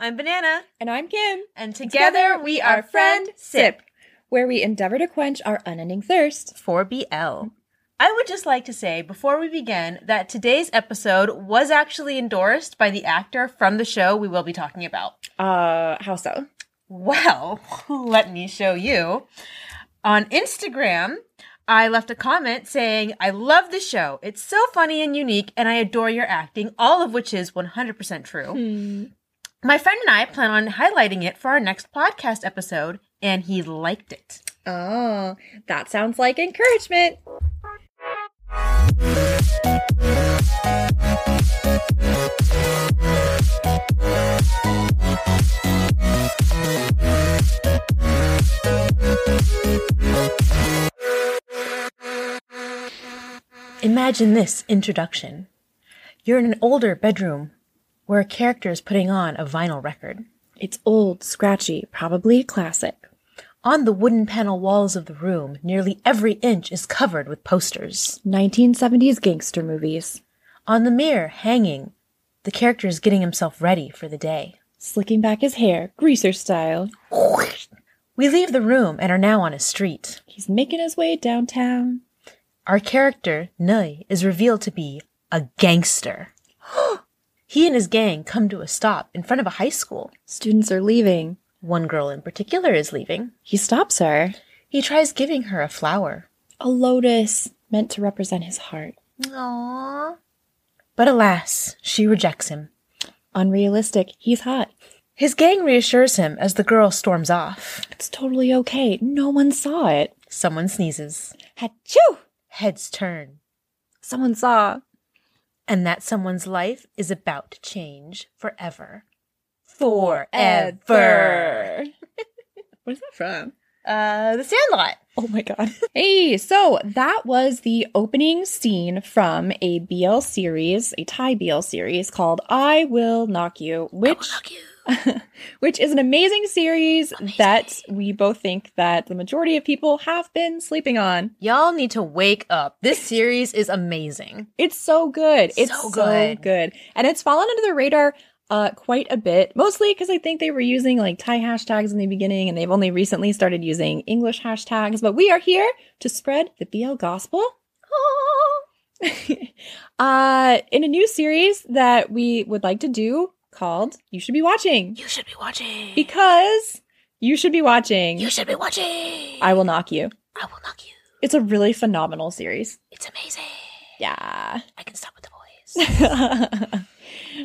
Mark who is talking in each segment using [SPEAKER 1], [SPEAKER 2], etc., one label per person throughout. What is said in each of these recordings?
[SPEAKER 1] I'm Banana,
[SPEAKER 2] And I'm Kim.
[SPEAKER 1] and together, we are friend sip
[SPEAKER 2] where we endeavor to quench our unending thirst.
[SPEAKER 1] for BL. I would just like to say before we begin that today's episode was actually endorsed by the actor from the show we will be talking about.
[SPEAKER 2] Uh, how so?
[SPEAKER 1] Well, let me show you. On Instagram, I left a comment saying, I love the show. It's so funny and unique, and I adore your acting, all of which is 100% true. My friend and I plan on highlighting it for our next podcast episode, and he liked it.
[SPEAKER 2] Oh, that sounds like encouragement.
[SPEAKER 1] Imagine this introduction. You're in an older bedroom where a character is putting on a vinyl record.
[SPEAKER 2] It's old, scratchy, probably a classic.
[SPEAKER 1] On the wooden panel walls of the room, nearly every inch is covered with posters.
[SPEAKER 2] 1970s gangster movies.
[SPEAKER 1] On the mirror, hanging, the character is getting himself ready for the day.
[SPEAKER 2] Slicking back his hair, greaser style.
[SPEAKER 1] We leave the room and are now on a street.
[SPEAKER 2] He's making his way downtown.
[SPEAKER 1] Our character, Nui, is revealed to be a gangster. he and his gang come to a stop in front of a high school.
[SPEAKER 2] Students are leaving.
[SPEAKER 1] One girl in particular is leaving.
[SPEAKER 2] He stops her.
[SPEAKER 1] He tries giving her a flower.
[SPEAKER 2] A lotus meant to represent his heart.
[SPEAKER 1] Aww. But alas, she rejects him.
[SPEAKER 2] Unrealistic. He's hot.
[SPEAKER 1] His gang reassures him as the girl storms off.
[SPEAKER 2] It's totally okay. No one saw it.
[SPEAKER 1] Someone sneezes.
[SPEAKER 2] Hachoo!
[SPEAKER 1] Heads turn.
[SPEAKER 2] Someone saw.
[SPEAKER 1] and that someone's life is about to change forever.
[SPEAKER 2] Where's that from?
[SPEAKER 1] Uh, the Sandlot.
[SPEAKER 2] Oh my god. hey, so that was the opening scene from a BL series, a Thai BL series called I Will Knock You, which which is an amazing series that we both think that the majority of people have been sleeping on.
[SPEAKER 1] Y'all need to wake up. This series is amazing.
[SPEAKER 2] It's so good. It's
[SPEAKER 1] So
[SPEAKER 2] so good.
[SPEAKER 1] good.
[SPEAKER 2] And it's fallen under the radar uh, quite a bit, mostly because I think they were using like Thai hashtags in the beginning and they've only recently started using English hashtags. But we are here to spread the BL gospel. uh, in a new series that we would like to do called You Should Be Watching
[SPEAKER 1] You should be watching.
[SPEAKER 2] because you should be watching.
[SPEAKER 1] should be watching.
[SPEAKER 2] I Will Knock You.
[SPEAKER 1] I will knock you.
[SPEAKER 2] It's a really phenomenal series.
[SPEAKER 1] It's amazing.
[SPEAKER 2] Yeah.
[SPEAKER 1] I can stop with the voice.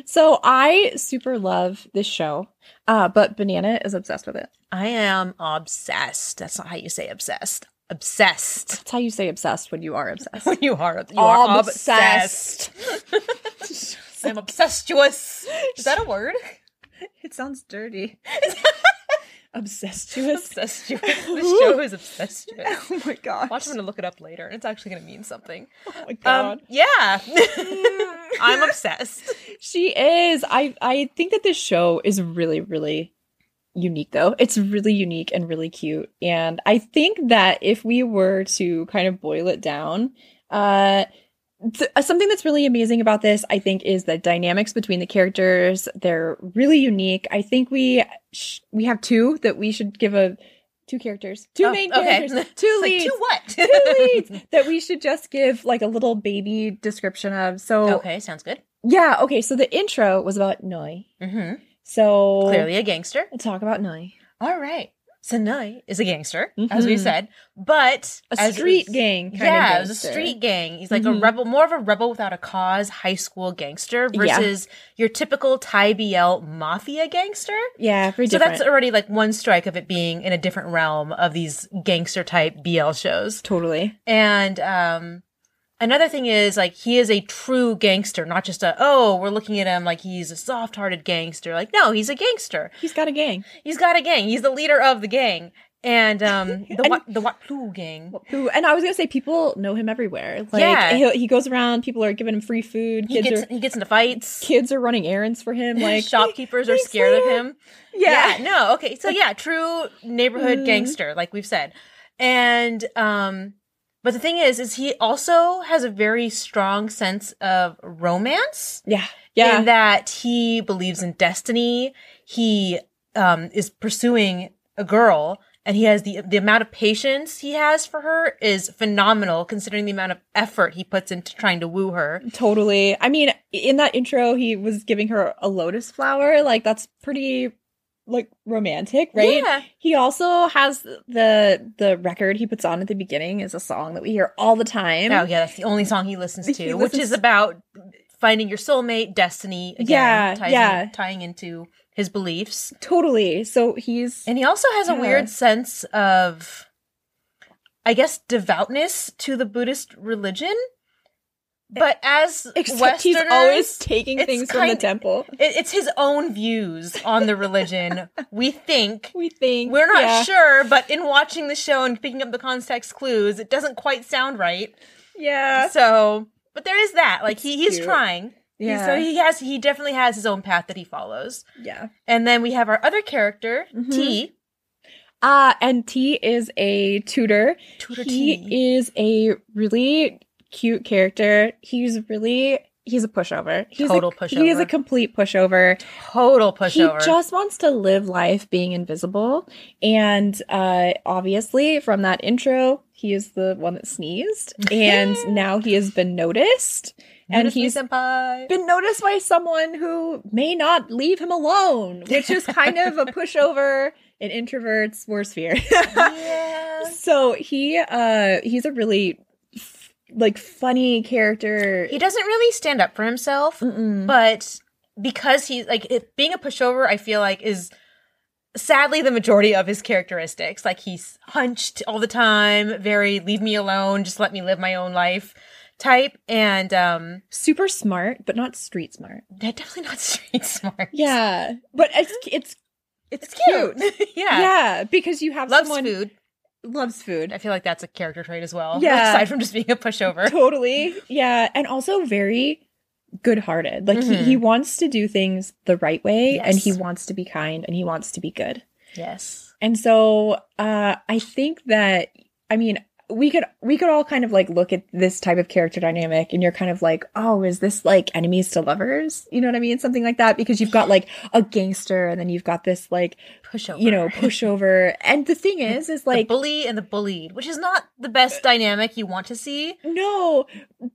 [SPEAKER 2] so I super love this show, uh, but Banana is obsessed with it.
[SPEAKER 1] I am obsessed. That's not how you say obsessed. Obsessed.
[SPEAKER 2] That's how you say obsessed when you are obsessed.
[SPEAKER 1] You are you are
[SPEAKER 2] Obsessed.
[SPEAKER 1] obsessed. I'm obsessuous. Is that a word?
[SPEAKER 2] it sounds dirty. Obsessuous.
[SPEAKER 1] Obsessuous. This show is obsessuous.
[SPEAKER 2] Oh my gosh.
[SPEAKER 1] Watch, I'm gonna look it up later, and it's actually gonna mean something.
[SPEAKER 2] Oh my
[SPEAKER 1] Um, yeah, I'm obsessed.
[SPEAKER 2] she is. I I think that this show is really really unique though. It's really unique and really cute. And I think that if we were to kind of boil it down, uh th- something that's really amazing about this, I think, is the dynamics between the characters. They're really unique. I think we sh- we have two that we should give a two characters, two
[SPEAKER 1] Oh,
[SPEAKER 2] main
[SPEAKER 1] okay.
[SPEAKER 2] characters, two
[SPEAKER 1] It's like, to
[SPEAKER 2] leads,
[SPEAKER 1] what?
[SPEAKER 2] two leads that we should just give like a little baby description of. So
[SPEAKER 1] okay, sounds good.
[SPEAKER 2] yeah, okay. So the intro was about Noi.
[SPEAKER 1] Mm-hmm.
[SPEAKER 2] So
[SPEAKER 1] Clearly a gangster.
[SPEAKER 2] talk about Noi.
[SPEAKER 1] All right. Sanoi is a gangster, as we
[SPEAKER 2] Mhm.
[SPEAKER 1] said, but
[SPEAKER 2] A
[SPEAKER 1] as it
[SPEAKER 2] street
[SPEAKER 1] was-
[SPEAKER 2] gang kind of
[SPEAKER 1] yeah, it was a
[SPEAKER 2] gangster.
[SPEAKER 1] street gang. He's like a
[SPEAKER 2] Mhm.
[SPEAKER 1] rebel, more of a rebel without a cause, high school gangster
[SPEAKER 2] Yeah.
[SPEAKER 1] versus your typical Thai BL mafia gangster.
[SPEAKER 2] Yeah, pretty
[SPEAKER 1] So
[SPEAKER 2] different.
[SPEAKER 1] that's already like one strike of it being in a different realm of these gangster type BL shows.
[SPEAKER 2] totally.
[SPEAKER 1] And um another thing is like he is a true gangster, not just a oh, we're looking at him like he's a soft-hearted gangster. Like no, he's a gangster.
[SPEAKER 2] He's got a gang.
[SPEAKER 1] He's got a gang. He's the leader of the gang. And um the Wat the Wat Plu gang.
[SPEAKER 2] Who and I was gonna say people know him everywhere. Like
[SPEAKER 1] Yeah.
[SPEAKER 2] he, he goes around, people are giving him free food,
[SPEAKER 1] He
[SPEAKER 2] kids
[SPEAKER 1] gets
[SPEAKER 2] are
[SPEAKER 1] he gets into fights.
[SPEAKER 2] kids are running errands for him, like
[SPEAKER 1] Shopkeepers are
[SPEAKER 2] "Thanks,
[SPEAKER 1] scared of
[SPEAKER 2] later."
[SPEAKER 1] him.
[SPEAKER 2] Yeah. Mm-hmm.
[SPEAKER 1] yeah no okay so yeah true neighborhood gangster like we've said and um But the thing is, is he also has a very strong sense of romance
[SPEAKER 2] Yeah. Yeah.
[SPEAKER 1] in that he believes in destiny. He um, is pursuing a girl, and he has the the amount of patience he has for her is phenomenal, considering the amount of effort he puts into trying to woo her.
[SPEAKER 2] Totally. I mean, in that intro, he was giving her a lotus flower. Like that's pretty, like romantic, right?
[SPEAKER 1] Yeah.
[SPEAKER 2] He also has the the record he puts on at the beginning is a song that we hear all the time.
[SPEAKER 1] Oh yeah, that's the only song he listens to,
[SPEAKER 2] He
[SPEAKER 1] which
[SPEAKER 2] listens-
[SPEAKER 1] is about finding your soulmate, destiny. Again,
[SPEAKER 2] Yeah,
[SPEAKER 1] ties in-
[SPEAKER 2] yeah.
[SPEAKER 1] tying into his beliefs,
[SPEAKER 2] Totally. So he's
[SPEAKER 1] and he also has a
[SPEAKER 2] Yeah.
[SPEAKER 1] weird sense of, I guess, devoutness to the Buddhist religion. But as
[SPEAKER 2] except he's
[SPEAKER 1] Westerners,
[SPEAKER 2] always taking
[SPEAKER 1] it's
[SPEAKER 2] things from the
[SPEAKER 1] kind-
[SPEAKER 2] temple.
[SPEAKER 1] it, it's his own views on the religion. we think.
[SPEAKER 2] We think
[SPEAKER 1] We're not
[SPEAKER 2] yeah.
[SPEAKER 1] sure, but in watching the show and picking up the context clues, it doesn't quite sound right.
[SPEAKER 2] Yeah.
[SPEAKER 1] So, but there is that. Like he, he's
[SPEAKER 2] It's cute.
[SPEAKER 1] trying. He-
[SPEAKER 2] Yeah.
[SPEAKER 1] so he has he definitely has his own path that he follows.
[SPEAKER 2] yeah.
[SPEAKER 1] And then we have our other character,
[SPEAKER 2] Mhm.
[SPEAKER 1] T.
[SPEAKER 2] Uh, and T is a tutor.
[SPEAKER 1] Tutor T.
[SPEAKER 2] he is a really cute character. He's really he's a pushover. He's
[SPEAKER 1] Total
[SPEAKER 2] a, He is a
[SPEAKER 1] pushover.
[SPEAKER 2] complete pushover.
[SPEAKER 1] Total pushover.
[SPEAKER 2] He just wants to live life being invisible, and uh, obviously from that intro, he is the one that sneezed, and now he has been noticed, and
[SPEAKER 1] Notice me,
[SPEAKER 2] he's
[SPEAKER 1] senpai.
[SPEAKER 2] been noticed by someone who may not leave him alone, which is kind of a pushover. An introvert's worst fear.
[SPEAKER 1] yeah.
[SPEAKER 2] so he uh he's a really f- like funny character
[SPEAKER 1] He doesn't really stand up for himself.
[SPEAKER 2] Mm-mm.
[SPEAKER 1] but because he's like it, being a pushover i feel like is sadly the majority of his characteristics like he's hunched all the time very leave me alone just let me live my own life type and um
[SPEAKER 2] super smart but not street smart
[SPEAKER 1] they're definitely not street smart
[SPEAKER 2] yeah but it's it's it's,
[SPEAKER 1] it's cute, yeah.
[SPEAKER 2] Yeah. because you have
[SPEAKER 1] loves
[SPEAKER 2] someone
[SPEAKER 1] food
[SPEAKER 2] loves food
[SPEAKER 1] i feel like that's a character trait as well
[SPEAKER 2] Yeah.
[SPEAKER 1] aside from just being a pushover
[SPEAKER 2] totally yeah and also very good-hearted like he,
[SPEAKER 1] Mhm.
[SPEAKER 2] he wants to do things the right way and
[SPEAKER 1] Yes.
[SPEAKER 2] he wants to be kind and he wants to be good
[SPEAKER 1] yes
[SPEAKER 2] And so uh, I think that I mean we could we could all kind of like look at this type of character dynamic and you're kind of like oh is this like enemies to lovers you know what I mean something like that because you've got like a gangster and then you've got this like
[SPEAKER 1] pushover
[SPEAKER 2] you know pushover and the thing is is
[SPEAKER 1] the
[SPEAKER 2] like Uh,
[SPEAKER 1] bully and the bullied which is not the best dynamic you want to see
[SPEAKER 2] no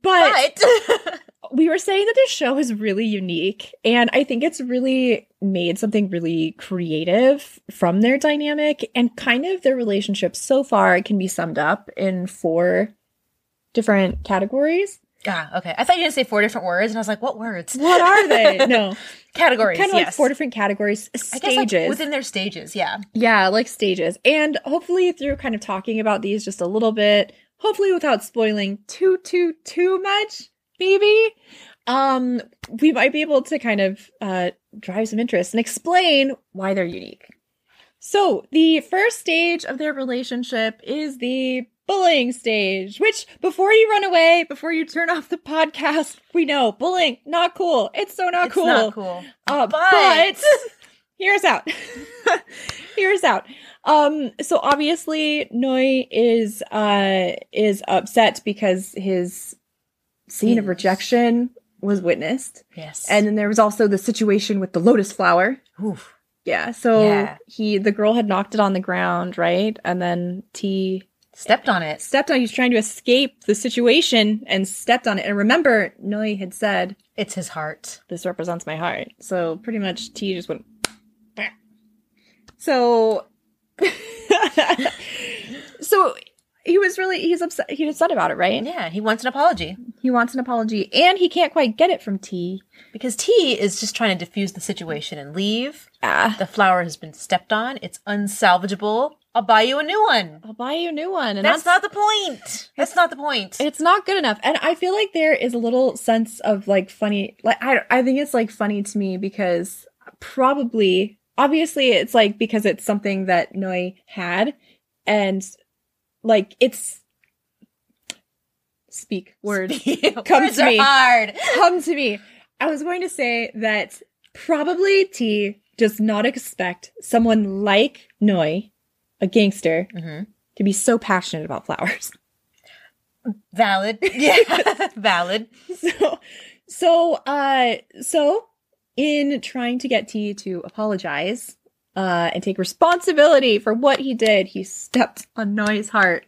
[SPEAKER 2] but
[SPEAKER 1] but
[SPEAKER 2] we were saying that this show is really unique and i think it's really made something really creative from their dynamic and kind of their relationship so far can be summed up in four different categories
[SPEAKER 1] Ah, okay. I thought you didn't say four different words, and I was like, what words?
[SPEAKER 2] what are they no
[SPEAKER 1] Categories.
[SPEAKER 2] kind of like
[SPEAKER 1] yes.
[SPEAKER 2] four different categories
[SPEAKER 1] I
[SPEAKER 2] stages
[SPEAKER 1] guess, like, within their stages, yeah.
[SPEAKER 2] yeah like stages and hopefully through kind of talking about these just a little bit hopefully without spoiling too too too much maybe um we might be able to kind of uh drive some interest and explain why they're unique so the first stage of their relationship is the bullying stage which before you run away before you turn off the podcast we know bullying not cool it's so not
[SPEAKER 1] it's
[SPEAKER 2] cool
[SPEAKER 1] not cool.
[SPEAKER 2] uh,
[SPEAKER 1] But-
[SPEAKER 2] but, here's out. here's out. Um, so obviously Noi is uh is upset because his scene of
[SPEAKER 1] Yes.
[SPEAKER 2] rejection was witnessed,
[SPEAKER 1] Yes.
[SPEAKER 2] and then there was also the situation with the lotus flower.
[SPEAKER 1] Oof.
[SPEAKER 2] Yeah, so
[SPEAKER 1] Yeah.
[SPEAKER 2] he the girl had knocked it on the ground, right? And then T
[SPEAKER 1] stepped on it.
[SPEAKER 2] stepped on. He was trying to escape the situation and stepped on it. And remember, Noi had said
[SPEAKER 1] It's his heart.
[SPEAKER 2] this represents my heart. So pretty much T just went. "Bah." So, so he was really he's upset. He's upset about it, right?
[SPEAKER 1] Yeah, he wants an apology
[SPEAKER 2] He wants an apology, and he can't quite get it from T.
[SPEAKER 1] because T is just trying to diffuse the situation and leave.
[SPEAKER 2] Ah,
[SPEAKER 1] The flower has been stepped on. It's unsalvageable. I'll buy you a new one.
[SPEAKER 2] I'll buy you a new one, and
[SPEAKER 1] That's not the point. That's not the point.
[SPEAKER 2] It's not good enough. And I feel like there is a little sense of like funny like I I think it's like funny to me because probably obviously it's like because it's something that Noi had and like it's speak word Come
[SPEAKER 1] Words
[SPEAKER 2] to
[SPEAKER 1] are
[SPEAKER 2] me.
[SPEAKER 1] hard.
[SPEAKER 2] come to me. I was going to say that probably T does not expect someone like Noi, a gangster,
[SPEAKER 1] Mhm.
[SPEAKER 2] Mm-hmm. to be so passionate about flowers.
[SPEAKER 1] Valid. Yeah. Valid.
[SPEAKER 2] so so uh so in trying to get T to apologize uh and take responsibility for what he did, he stepped on Noi's heart.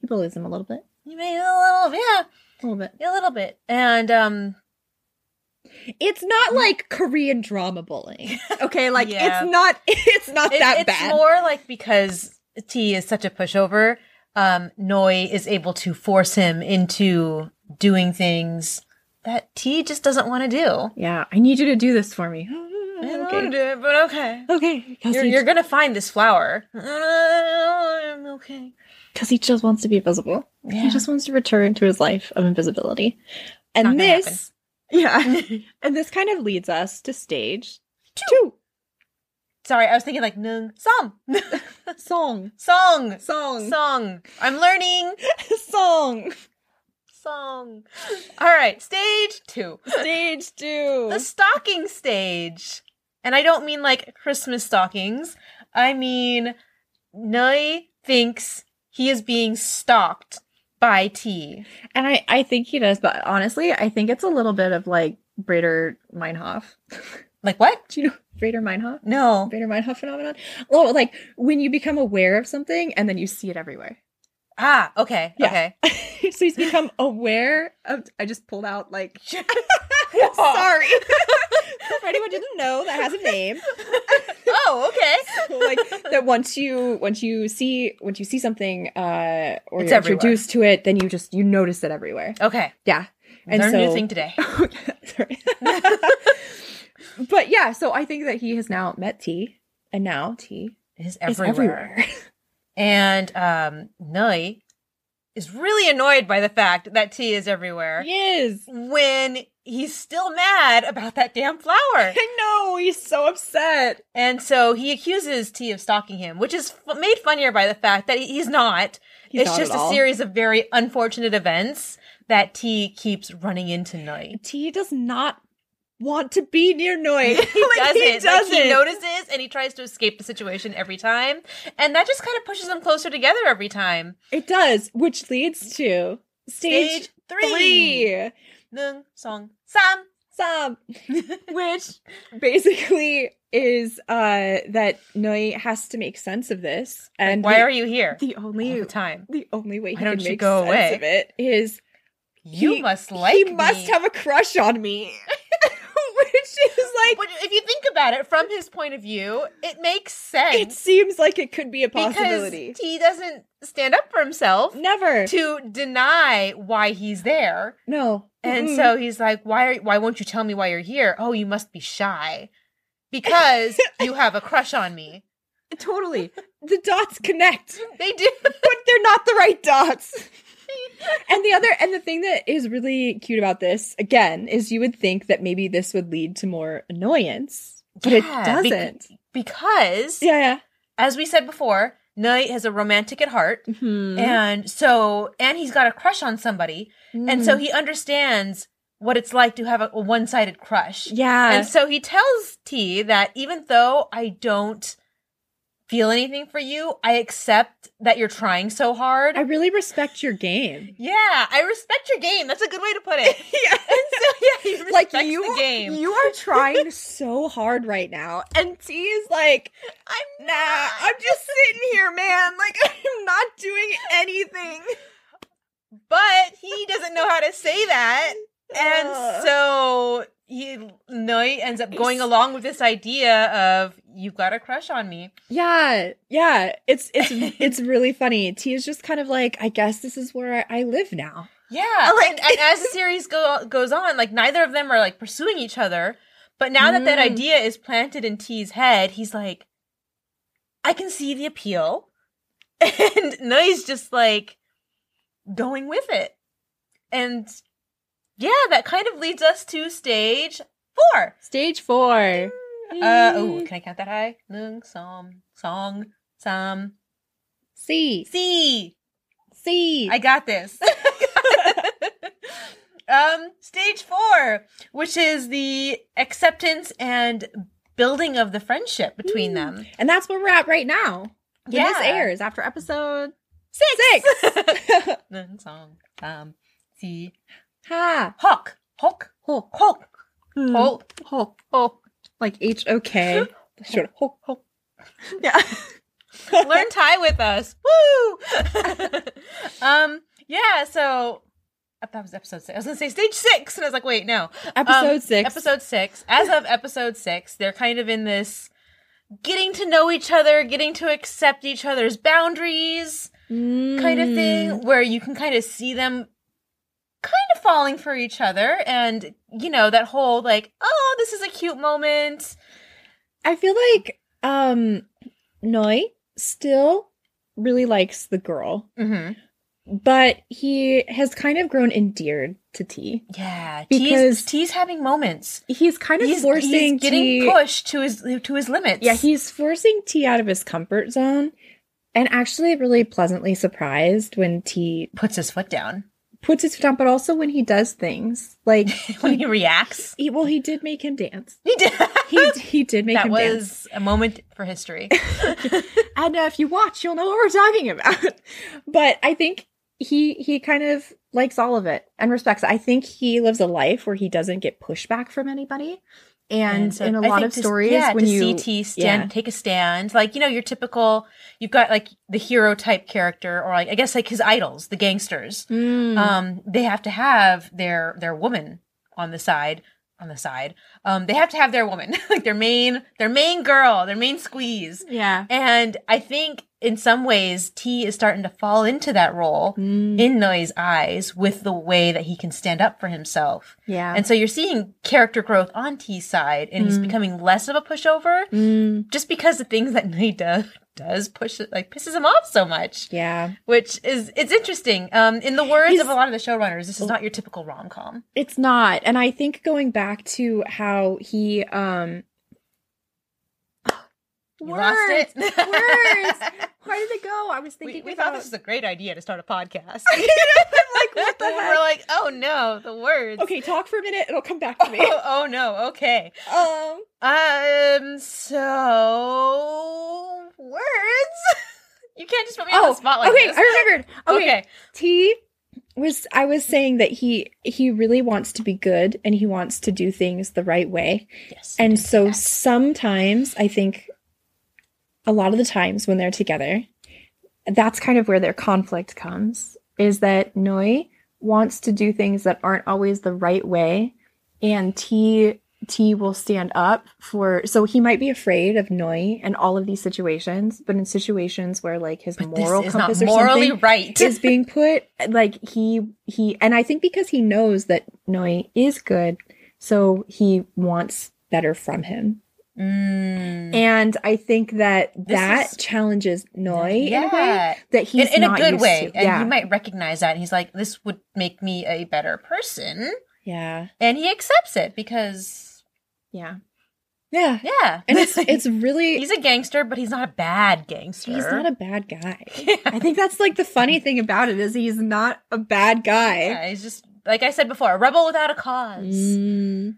[SPEAKER 2] He bullies him a little bit.
[SPEAKER 1] You made a little, yeah,
[SPEAKER 2] A little bit.
[SPEAKER 1] a little bit. And um,
[SPEAKER 2] It's not like Korean drama bullying. Okay, like
[SPEAKER 1] Mm-hmm. Yeah.
[SPEAKER 2] it's not it's not
[SPEAKER 1] it-
[SPEAKER 2] that
[SPEAKER 1] it's
[SPEAKER 2] bad.
[SPEAKER 1] more like because T is such a pushover, um, Noi is able to force him into doing things that T just doesn't want to do.
[SPEAKER 2] yeah, I need you to do this for me.
[SPEAKER 1] I don't
[SPEAKER 2] okay.
[SPEAKER 1] want to do it, but okay.
[SPEAKER 2] Okay, because
[SPEAKER 1] You're,
[SPEAKER 2] he,
[SPEAKER 1] you're gonna find this flower. Okay.
[SPEAKER 2] 'cause he just wants to be visible. He
[SPEAKER 1] Yeah.
[SPEAKER 2] just wants to return to his life of invisibility.
[SPEAKER 1] not gonna
[SPEAKER 2] And this, yeah, and this kind of leads us to stage two.
[SPEAKER 1] Sorry, I was thinking like nung song
[SPEAKER 2] Song.
[SPEAKER 1] song
[SPEAKER 2] Song.
[SPEAKER 1] song. I'm learning
[SPEAKER 2] Song.
[SPEAKER 1] song. All right, stage two,
[SPEAKER 2] Stage two.
[SPEAKER 1] the stocking stage, and I don't mean like Christmas stockings. I mean, Noi thinks he is being stalked by T.
[SPEAKER 2] and I, I think he does, but honestly, I think it's a little bit of like Brader Meinhof.
[SPEAKER 1] Like what?
[SPEAKER 2] Do you know Brader Meinhof?
[SPEAKER 1] No.
[SPEAKER 2] Brader Meinhof phenomenon? Oh, like when you become aware of something and then you see it everywhere.
[SPEAKER 1] Ah. Okay.
[SPEAKER 2] Yeah.
[SPEAKER 1] Okay.
[SPEAKER 2] so he's become aware of. I just pulled out like.
[SPEAKER 1] Sorry.
[SPEAKER 2] For anyone who didn't know, that has a name.
[SPEAKER 1] oh. Okay.
[SPEAKER 2] Well, like that once you once you see once you see something uh or
[SPEAKER 1] It's
[SPEAKER 2] you're
[SPEAKER 1] everywhere.
[SPEAKER 2] introduced to it then you just you notice it everywhere
[SPEAKER 1] Okay.
[SPEAKER 2] yeah
[SPEAKER 1] And
[SPEAKER 2] and
[SPEAKER 1] Learn
[SPEAKER 2] so
[SPEAKER 1] a new thing today.
[SPEAKER 2] Sorry. but yeah so i think that he has now met t and now t
[SPEAKER 1] It is
[SPEAKER 2] is
[SPEAKER 1] everywhere.
[SPEAKER 2] everywhere
[SPEAKER 1] And um, Noi is really annoyed by the fact that T is everywhere
[SPEAKER 2] he is
[SPEAKER 1] when he's still mad about that damn flower.
[SPEAKER 2] i know he's so upset
[SPEAKER 1] and so he accuses T of stalking him, which is f- made funnier by the fact that he- he's not.
[SPEAKER 2] He's
[SPEAKER 1] it's
[SPEAKER 2] not
[SPEAKER 1] just
[SPEAKER 2] at
[SPEAKER 1] a
[SPEAKER 2] all.
[SPEAKER 1] series of very unfortunate events that T keeps running into Noi.
[SPEAKER 2] t does not want to be near
[SPEAKER 1] He
[SPEAKER 2] noi
[SPEAKER 1] doesn't.
[SPEAKER 2] he
[SPEAKER 1] He,
[SPEAKER 2] doesn't
[SPEAKER 1] Like, he notices and he tries to escape the situation every time. And that just kind of pushes them closer together every time.
[SPEAKER 2] it does which leads to stage,
[SPEAKER 1] Stage
[SPEAKER 2] three,
[SPEAKER 1] Nung song sam.
[SPEAKER 2] Some, which basically is uh that Noi has to make sense of this, and
[SPEAKER 1] Why
[SPEAKER 2] the,
[SPEAKER 1] are you here?
[SPEAKER 2] the
[SPEAKER 1] All
[SPEAKER 2] only
[SPEAKER 1] the time.
[SPEAKER 2] the only way he
[SPEAKER 1] Why don't
[SPEAKER 2] can
[SPEAKER 1] you
[SPEAKER 2] make
[SPEAKER 1] go
[SPEAKER 2] sense
[SPEAKER 1] away?
[SPEAKER 2] of it is
[SPEAKER 1] You
[SPEAKER 2] he-
[SPEAKER 1] must like
[SPEAKER 2] he must
[SPEAKER 1] me.
[SPEAKER 2] have a crush on me, which is like
[SPEAKER 1] But if you think about it from his point of view, it makes sense.
[SPEAKER 2] it seems like it could be a
[SPEAKER 1] because
[SPEAKER 2] possibility.
[SPEAKER 1] he doesn't stand up for himself
[SPEAKER 2] Never,
[SPEAKER 1] to deny why he's there.
[SPEAKER 2] no,
[SPEAKER 1] And
[SPEAKER 2] Mm-mm.
[SPEAKER 1] so he's like, "Why? Are, why won't you tell me why you're here? Oh, you must be shy, because you have a crush on me.
[SPEAKER 2] totally the dots connect,
[SPEAKER 1] They do.
[SPEAKER 2] but they're not the right dots. And the other and the thing that is really cute about this again is you would think that maybe this would lead to more annoyance, but
[SPEAKER 1] Yeah,
[SPEAKER 2] it
[SPEAKER 1] bec-
[SPEAKER 2] doesn't.
[SPEAKER 1] because
[SPEAKER 2] yeah,
[SPEAKER 1] as we said before, Knight has a romantic at heart,
[SPEAKER 2] yeah.
[SPEAKER 1] and so and he's got a crush on somebody, and
[SPEAKER 2] Mm-hmm.
[SPEAKER 1] so he understands what it's like to have a, a one-sided crush.
[SPEAKER 2] yeah,
[SPEAKER 1] And so he tells T that even though I don't feel anything for you, I accept that you're trying so hard.
[SPEAKER 2] I really respect your game.
[SPEAKER 1] yeah, I respect your game. That's a good way to put it.
[SPEAKER 2] yeah.
[SPEAKER 1] and so yeah, he
[SPEAKER 2] Like
[SPEAKER 1] respects
[SPEAKER 2] you,
[SPEAKER 1] the game.
[SPEAKER 2] you are trying so hard right now, and T is like,
[SPEAKER 1] I'm
[SPEAKER 2] "Nah, I'm just sitting here, man. Like I'm not doing anything."
[SPEAKER 1] but he doesn't know how to say that. And
[SPEAKER 2] Ugh.
[SPEAKER 1] so he no, he ends up going along with this idea of you've got a crush on me.
[SPEAKER 2] Yeah, yeah, it's it's it's really funny. T is just kind of like, I guess this is where I, I live now.
[SPEAKER 1] Yeah,
[SPEAKER 2] Like-
[SPEAKER 1] and, and as the series go, goes on, like neither of them are like pursuing each other. But now that that
[SPEAKER 2] Mm.
[SPEAKER 1] idea is planted in T's head, he's like, I can see the appeal, and Noi's just like going with it, and yeah, that kind of leads us to stage four.
[SPEAKER 2] Stage four.
[SPEAKER 1] Uh oh,
[SPEAKER 2] Mm.
[SPEAKER 1] can I count that high? Nung song song sam
[SPEAKER 2] C
[SPEAKER 1] C.
[SPEAKER 2] C.
[SPEAKER 1] I got this. um, stage four, which is the acceptance and building of the friendship between them.
[SPEAKER 2] and that's where we're at right now. When
[SPEAKER 1] Yeah.
[SPEAKER 2] this airs after episode
[SPEAKER 1] Six. One, song, um, see,
[SPEAKER 2] Ha.
[SPEAKER 1] hawk, hawk,
[SPEAKER 2] Hulk.
[SPEAKER 1] hawk,
[SPEAKER 2] Hulk.
[SPEAKER 1] hawk, hawk, hawk,
[SPEAKER 2] Hmm. Like H O K. Sure. Hulk.
[SPEAKER 1] hawk.
[SPEAKER 2] Yeah.
[SPEAKER 1] Learn Thai with us. Woo! um, yeah. So uh, that was episode six. I was gonna say stage six, and I was like, wait, no.
[SPEAKER 2] Episode
[SPEAKER 1] Um,
[SPEAKER 2] six.
[SPEAKER 1] Episode six. As of episode six, they're kind of in this getting to know each other, getting to accept each other's boundaries
[SPEAKER 2] Hmm.
[SPEAKER 1] kind of
[SPEAKER 2] Mm.
[SPEAKER 1] thing, where you can kind of see them kind of falling for each other. And, you know, that whole like, oh, this is a cute moment.
[SPEAKER 2] I feel like um Noi still really likes the girl,
[SPEAKER 1] Mm-hmm.
[SPEAKER 2] but he has kind of grown endeared to T.
[SPEAKER 1] Yeah.
[SPEAKER 2] Because-
[SPEAKER 1] T's, T's having moments.
[SPEAKER 2] He's kind of
[SPEAKER 1] He's,
[SPEAKER 2] forcing
[SPEAKER 1] he's getting
[SPEAKER 2] T.
[SPEAKER 1] pushed to his to his limits.
[SPEAKER 2] Yeah, he's forcing T out of his comfort zone, and actually really pleasantly surprised when T
[SPEAKER 1] puts his foot down
[SPEAKER 2] puts his foot down, but also when he does things like
[SPEAKER 1] when he reacts.
[SPEAKER 2] he, well, he did make him dance.
[SPEAKER 1] He did.
[SPEAKER 2] He he did Hmm. make
[SPEAKER 1] that
[SPEAKER 2] him
[SPEAKER 1] was
[SPEAKER 2] dance.
[SPEAKER 1] a moment for history.
[SPEAKER 2] and uh, if you watch, you'll know what we're talking about. but I think he he kind of likes all of it and respects. It. I think he lives a life where he doesn't get pushback from anybody. And, in a
[SPEAKER 1] a
[SPEAKER 2] lot of stories, when
[SPEAKER 1] to
[SPEAKER 2] you
[SPEAKER 1] see T stand,
[SPEAKER 2] yeah.
[SPEAKER 1] take a stand, like you know your typical, you've got like the hero type character, or like I guess like his idols, the gangsters.
[SPEAKER 2] Mm.
[SPEAKER 1] Um, they have to have their their woman on the side. On the side, um, they have to have their woman, like their main, their main girl, their main squeeze.
[SPEAKER 2] yeah,
[SPEAKER 1] And I think in some ways, T is starting to fall into that role
[SPEAKER 2] Mm.
[SPEAKER 1] in Noi's eyes with the way that he can stand up for himself.
[SPEAKER 2] yeah,
[SPEAKER 1] And so you're seeing character growth on T's side, and he's
[SPEAKER 2] Mm.
[SPEAKER 1] becoming less of a pushover
[SPEAKER 2] Mm.
[SPEAKER 1] just because the things that Noi does does push like pisses him off so much,
[SPEAKER 2] yeah.
[SPEAKER 1] which is it's interesting. Um, in the words
[SPEAKER 2] He's-
[SPEAKER 1] of a lot of the showrunners, this is not your typical rom com.
[SPEAKER 2] It's not. And I think going back to how he um
[SPEAKER 1] You lost it.
[SPEAKER 2] words. Where did it go? I was
[SPEAKER 1] We,
[SPEAKER 2] thinking
[SPEAKER 1] we
[SPEAKER 2] about
[SPEAKER 1] thought this was a great idea to start a podcast.
[SPEAKER 2] like what the
[SPEAKER 1] We're
[SPEAKER 2] heck?
[SPEAKER 1] like, oh no, the words.
[SPEAKER 2] Okay, talk for a minute, it'll come back to me.
[SPEAKER 1] Oh, oh no, okay. Oh,
[SPEAKER 2] um
[SPEAKER 1] Um, so words. you can't just put me on
[SPEAKER 2] Oh,
[SPEAKER 1] the spot like
[SPEAKER 2] okay,
[SPEAKER 1] this.
[SPEAKER 2] I remembered. Okay.
[SPEAKER 1] okay.
[SPEAKER 2] T was I was saying that he he really wants to be good and he wants to do things the right way.
[SPEAKER 1] Yes.
[SPEAKER 2] And so sometimes I think a lot of the times when they're together, that's kind of where their conflict comes is that Noi wants to do things that aren't always the right way and T T will stand up for so he might be afraid of Noi and all of these situations, but in situations where like his moral
[SPEAKER 1] this is not
[SPEAKER 2] compass or
[SPEAKER 1] morally
[SPEAKER 2] something
[SPEAKER 1] right.
[SPEAKER 2] is being put like he he and I think because he knows that Noi is good, so he wants better from him.
[SPEAKER 1] Mm.
[SPEAKER 2] And I think that that
[SPEAKER 1] is-
[SPEAKER 2] challenges Noi in a way
[SPEAKER 1] yeah.
[SPEAKER 2] that he's
[SPEAKER 1] in, in a
[SPEAKER 2] not
[SPEAKER 1] good
[SPEAKER 2] used
[SPEAKER 1] way.
[SPEAKER 2] to.
[SPEAKER 1] And
[SPEAKER 2] Yeah.
[SPEAKER 1] he might recognize that. And he's like, this would make me a better person.
[SPEAKER 2] yeah.
[SPEAKER 1] And he accepts it because,
[SPEAKER 2] Yeah. Yeah.
[SPEAKER 1] yeah.
[SPEAKER 2] And it's it's really
[SPEAKER 1] he's a gangster, but he's not a bad gangster.
[SPEAKER 2] he's not a bad guy.
[SPEAKER 1] Yeah.
[SPEAKER 2] I think that's like the funny thing about it is he's not a bad guy.
[SPEAKER 1] Yeah, he's just, like I said before, a rebel without a cause.
[SPEAKER 2] Mm.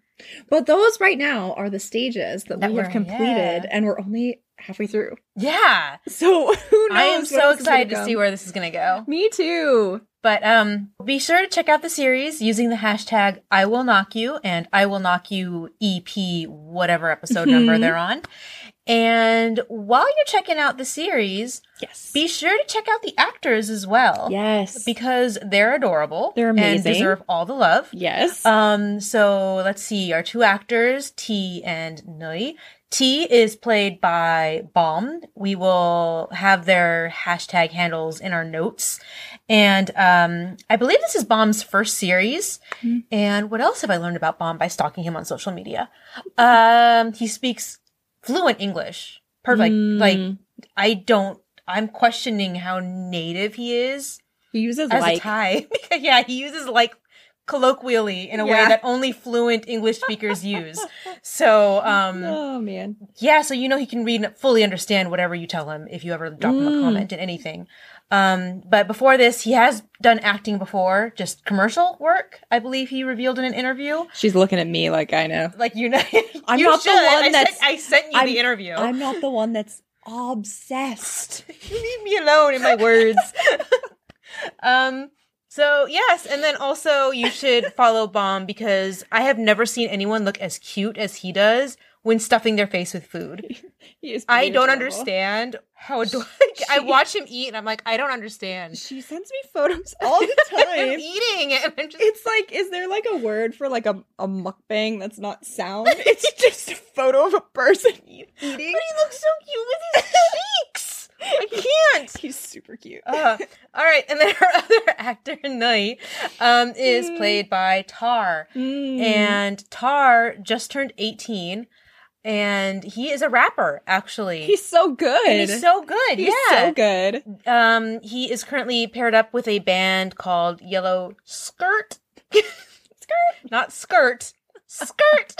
[SPEAKER 2] But those right now are the stages that,
[SPEAKER 1] That
[SPEAKER 2] we have
[SPEAKER 1] we're-
[SPEAKER 2] completed
[SPEAKER 1] yeah.
[SPEAKER 2] and we're only halfway through.
[SPEAKER 1] Yeah.
[SPEAKER 2] So who knows?
[SPEAKER 1] I am
[SPEAKER 2] what
[SPEAKER 1] so
[SPEAKER 2] else is gonna
[SPEAKER 1] excited to
[SPEAKER 2] come.
[SPEAKER 1] see where this is going to go.
[SPEAKER 2] Me too.
[SPEAKER 1] But um, be sure to check out the series using the hashtag I will knock you and I will knock you EP whatever episode number
[SPEAKER 2] Mhm.
[SPEAKER 1] they're on. And while you're checking out the series,
[SPEAKER 2] Yes.
[SPEAKER 1] be sure to check out the actors as well.
[SPEAKER 2] yes.
[SPEAKER 1] Because they're adorable.
[SPEAKER 2] They're amazing.
[SPEAKER 1] And deserve all the love.
[SPEAKER 2] yes.
[SPEAKER 1] Um, so let's see, our two actors, T and Nui. T is played by Baum. We will have their hashtag handles in our notes. And um, I believe this is Baum's first series.
[SPEAKER 2] Hmm.
[SPEAKER 1] And what else have I learned about Baum by stalking him on social media? Um, he speaks fluent English. Perfect.
[SPEAKER 2] Mm.
[SPEAKER 1] Like, I don't, I'm questioning how native he is
[SPEAKER 2] he uses
[SPEAKER 1] as
[SPEAKER 2] like
[SPEAKER 1] a tie. yeah, he uses like colloquially in a way
[SPEAKER 2] Yeah.
[SPEAKER 1] that only fluent English speakers use. So, um,
[SPEAKER 2] oh man.
[SPEAKER 1] yeah, so you know he can read and fully understand whatever you tell him if you ever drop him a
[SPEAKER 2] Mm.
[SPEAKER 1] comment and anything. Um, but before this, he has done acting before, just commercial work. I believe he revealed in an interview.
[SPEAKER 2] She's looking at me like I know.
[SPEAKER 1] Like you know,
[SPEAKER 2] I'm
[SPEAKER 1] you
[SPEAKER 2] not the
[SPEAKER 1] should.
[SPEAKER 2] one
[SPEAKER 1] I, sent,
[SPEAKER 2] that's-
[SPEAKER 1] I sent you
[SPEAKER 2] I'm-
[SPEAKER 1] the interview.
[SPEAKER 2] I'm not the one that's obsessed.
[SPEAKER 1] Leave me alone in my words. um. So yes, and then also you should follow Bomb because I have never seen anyone look as cute as he does when stuffing their face with food.
[SPEAKER 2] He is
[SPEAKER 1] I
[SPEAKER 2] pretty
[SPEAKER 1] don't
[SPEAKER 2] adorable.
[SPEAKER 1] understand how ador- I
[SPEAKER 2] she-
[SPEAKER 1] watch him eat and I'm like, I don't understand.
[SPEAKER 2] She sends me photos all the
[SPEAKER 1] I'm
[SPEAKER 2] time.
[SPEAKER 1] eating it. and I'm just
[SPEAKER 2] it's like, is there like a word for like a, a mukbang that's not sound? It's just a photo of a person eating.
[SPEAKER 1] But he looks so cute with his cheeks. I can't.
[SPEAKER 2] He's super cute.
[SPEAKER 1] Uh, all right, and then her other actor, Knight, um, is played by Tar,
[SPEAKER 2] Mm.
[SPEAKER 1] and Tar just turned eighteen, and he is a rapper actually.
[SPEAKER 2] he's so good.
[SPEAKER 1] And he's so good.
[SPEAKER 2] He's
[SPEAKER 1] yeah,
[SPEAKER 2] so good.
[SPEAKER 1] um, he is currently paired up with a band called Yellow Skirt. skirt, not skirt, skirt.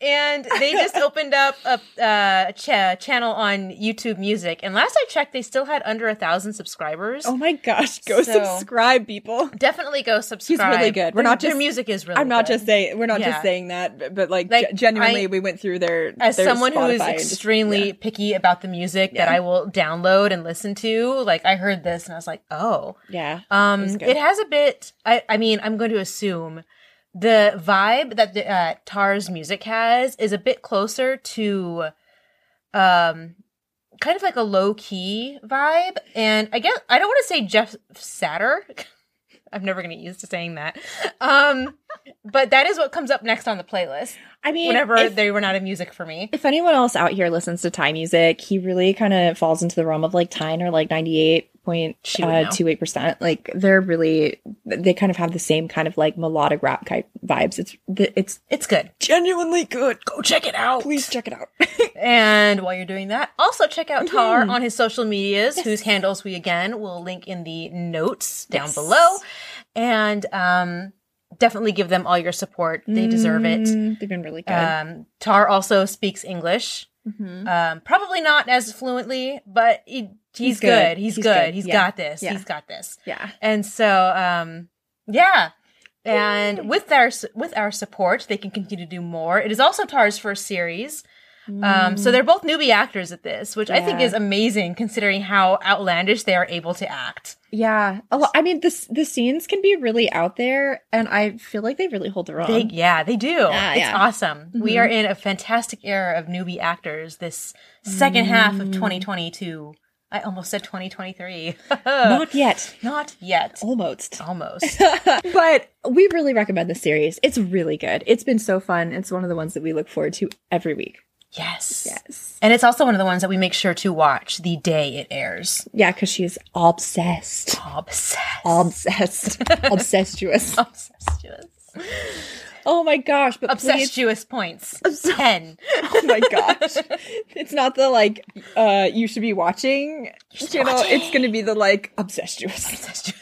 [SPEAKER 1] and they just opened up a uh, cha- channel on YouTube Music, and last I checked, they still had under a thousand subscribers.
[SPEAKER 2] Oh my gosh, go
[SPEAKER 1] So-
[SPEAKER 2] subscribe, people.
[SPEAKER 1] Definitely go subscribe.
[SPEAKER 2] good. We're not
[SPEAKER 1] Their
[SPEAKER 2] just-
[SPEAKER 1] music is really.
[SPEAKER 2] I'm not
[SPEAKER 1] good.
[SPEAKER 2] just saying we're not
[SPEAKER 1] Yeah.
[SPEAKER 2] just saying that, but, but, like,
[SPEAKER 1] Like,
[SPEAKER 2] ge- genuinely,
[SPEAKER 1] I-
[SPEAKER 2] we went through their
[SPEAKER 1] as
[SPEAKER 2] their
[SPEAKER 1] someone who is
[SPEAKER 2] Spotify and just-
[SPEAKER 1] extremely
[SPEAKER 2] yeah.
[SPEAKER 1] picky about the music that
[SPEAKER 2] Yeah.
[SPEAKER 1] I will download and listen to, like I heard this and I was like, oh,
[SPEAKER 2] yeah.
[SPEAKER 1] Um,
[SPEAKER 2] was
[SPEAKER 1] it,
[SPEAKER 2] good.
[SPEAKER 1] has a bit. I, I mean, I'm going to assume the vibe that the, uh, Tar's music has is a bit closer to, um, kind of like a low key vibe. And I guess I don't want to say Jeff Satter. I'm never going to get used to saying that. Um, but that is what comes up next on the playlist.
[SPEAKER 2] I mean,
[SPEAKER 1] Whenever
[SPEAKER 2] if,
[SPEAKER 1] they run out of music for me,
[SPEAKER 2] if anyone else out here listens to Thai music, he really kind of falls into the realm of like Thai or like ninety eight point uh,
[SPEAKER 1] She would know.
[SPEAKER 2] two eight percent. Like they're really they kind of have the same kind of like melodic rap type vibes. It's it's
[SPEAKER 1] it's good.
[SPEAKER 2] genuinely good.
[SPEAKER 1] Go check it out.
[SPEAKER 2] Please check it out.
[SPEAKER 1] And while you're doing that, also check out Tar
[SPEAKER 2] Mhm.
[SPEAKER 1] on his social medias,
[SPEAKER 2] Yes.
[SPEAKER 1] whose handles we again will link in the notes down
[SPEAKER 2] Yes.
[SPEAKER 1] below. And um, definitely give them all your support. They deserve it.
[SPEAKER 2] Mm, They've been really good.
[SPEAKER 1] Um, Tar also speaks English,
[SPEAKER 2] Mhm.
[SPEAKER 1] um, probably not as fluently, but he, he's,
[SPEAKER 2] He's
[SPEAKER 1] good.
[SPEAKER 2] good.
[SPEAKER 1] He's,
[SPEAKER 2] He's
[SPEAKER 1] good.
[SPEAKER 2] good.
[SPEAKER 1] He's
[SPEAKER 2] Yeah.
[SPEAKER 1] got this.
[SPEAKER 2] Yeah.
[SPEAKER 1] He's got this.
[SPEAKER 2] Yeah.
[SPEAKER 1] And so, um, yeah.
[SPEAKER 2] Yay.
[SPEAKER 1] And with our with our support, they can continue to do more. It is also Tar's first series, um,
[SPEAKER 2] Mm.
[SPEAKER 1] so they're both newbie actors at this, which I think
[SPEAKER 2] Yeah.
[SPEAKER 1] is amazing considering how outlandish they are able to act.
[SPEAKER 2] Yeah, a lot. I mean, this the scenes can be really out there, and I feel like they really hold their own.
[SPEAKER 1] They, yeah, they do.
[SPEAKER 2] Uh-huh. Yeah,
[SPEAKER 1] it's
[SPEAKER 2] yeah.
[SPEAKER 1] awesome. We
[SPEAKER 2] Mhm.
[SPEAKER 1] are in a fantastic era of newbie actors this second half
[SPEAKER 2] Mm.
[SPEAKER 1] of 2022. I almost said 2023.
[SPEAKER 2] Not yet,
[SPEAKER 1] Not yet.
[SPEAKER 2] almost.
[SPEAKER 1] Almost.
[SPEAKER 2] but we really recommend this series. It's really good. It's been so fun. It's one of the ones that we look forward to every week.
[SPEAKER 1] Yes.
[SPEAKER 2] Yes.
[SPEAKER 1] And it's also one of the ones that we make sure to watch the day it airs.
[SPEAKER 2] Yeah, because she is obsessed,
[SPEAKER 1] Obsessed.
[SPEAKER 2] obsessed, obsessuous.
[SPEAKER 1] Obsessuous.
[SPEAKER 2] Oh my gosh! But please,
[SPEAKER 1] Obsessuous points. 10.
[SPEAKER 2] oh my gosh! It's not the like uh you should be watching. You,
[SPEAKER 1] should be
[SPEAKER 2] know, it's
[SPEAKER 1] watching.
[SPEAKER 2] gonna be the like obsessuous.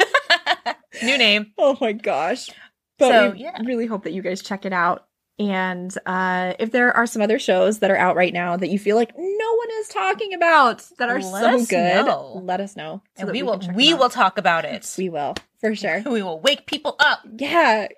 [SPEAKER 1] New name.
[SPEAKER 2] Oh my gosh. But
[SPEAKER 1] So,
[SPEAKER 2] we
[SPEAKER 1] yeah.
[SPEAKER 2] really hope that you guys check it out. And uh, if there are some other shows that are out right now that you feel like no one is talking about that are
[SPEAKER 1] Let
[SPEAKER 2] so
[SPEAKER 1] us
[SPEAKER 2] good,
[SPEAKER 1] know.
[SPEAKER 2] let us know. so
[SPEAKER 1] and
[SPEAKER 2] that
[SPEAKER 1] we,
[SPEAKER 2] can
[SPEAKER 1] will
[SPEAKER 2] check them
[SPEAKER 1] we
[SPEAKER 2] out.
[SPEAKER 1] will talk about it.
[SPEAKER 2] we will for sure.
[SPEAKER 1] We will wake people up.
[SPEAKER 2] Yeah.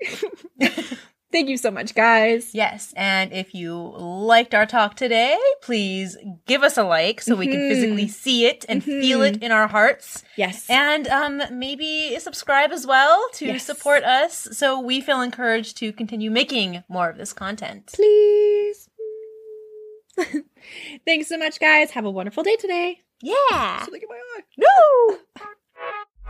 [SPEAKER 2] Thank you so much, guys.
[SPEAKER 1] Yes, and if you liked our talk today, please give us a like so we can
[SPEAKER 2] Mhm.
[SPEAKER 1] physically see it and
[SPEAKER 2] Mm-hmm.
[SPEAKER 1] feel it in our hearts.
[SPEAKER 2] Yes.
[SPEAKER 1] And um, maybe subscribe as well to
[SPEAKER 2] Yes.
[SPEAKER 1] support us so we feel encouraged to continue making more of this content.
[SPEAKER 2] please. Thanks so much, guys. Have a wonderful day today.
[SPEAKER 1] Yeah.
[SPEAKER 2] Something in my eye.
[SPEAKER 1] No.